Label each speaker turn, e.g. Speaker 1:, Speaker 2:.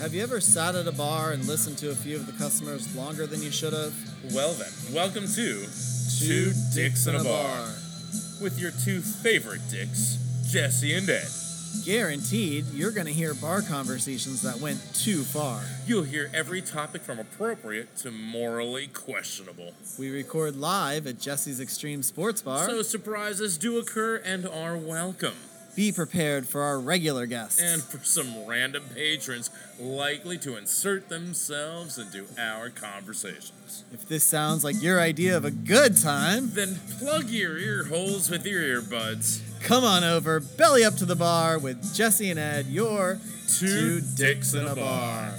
Speaker 1: Have you ever sat at a bar and listened to a few of the customers longer than you should have?
Speaker 2: Well then, welcome to Two Dicks in a Bar with your two favorite dicks, Jesse and Ed.
Speaker 1: Guaranteed, you're going to hear bar conversations that went too far.
Speaker 2: You'll hear every topic from appropriate to morally questionable.
Speaker 1: We record live at Jesse's Extreme Sports Bar.
Speaker 2: So surprises do occur and are welcome.
Speaker 1: Be prepared for our regular guests.
Speaker 2: And for some random patrons likely to insert themselves into our conversations.
Speaker 1: if this sounds like your idea of a good time,
Speaker 2: Then plug your ear holes with your earbuds.
Speaker 1: come on over, belly up to the bar with Jesse and Ed, your
Speaker 2: Two, dicks in a bar.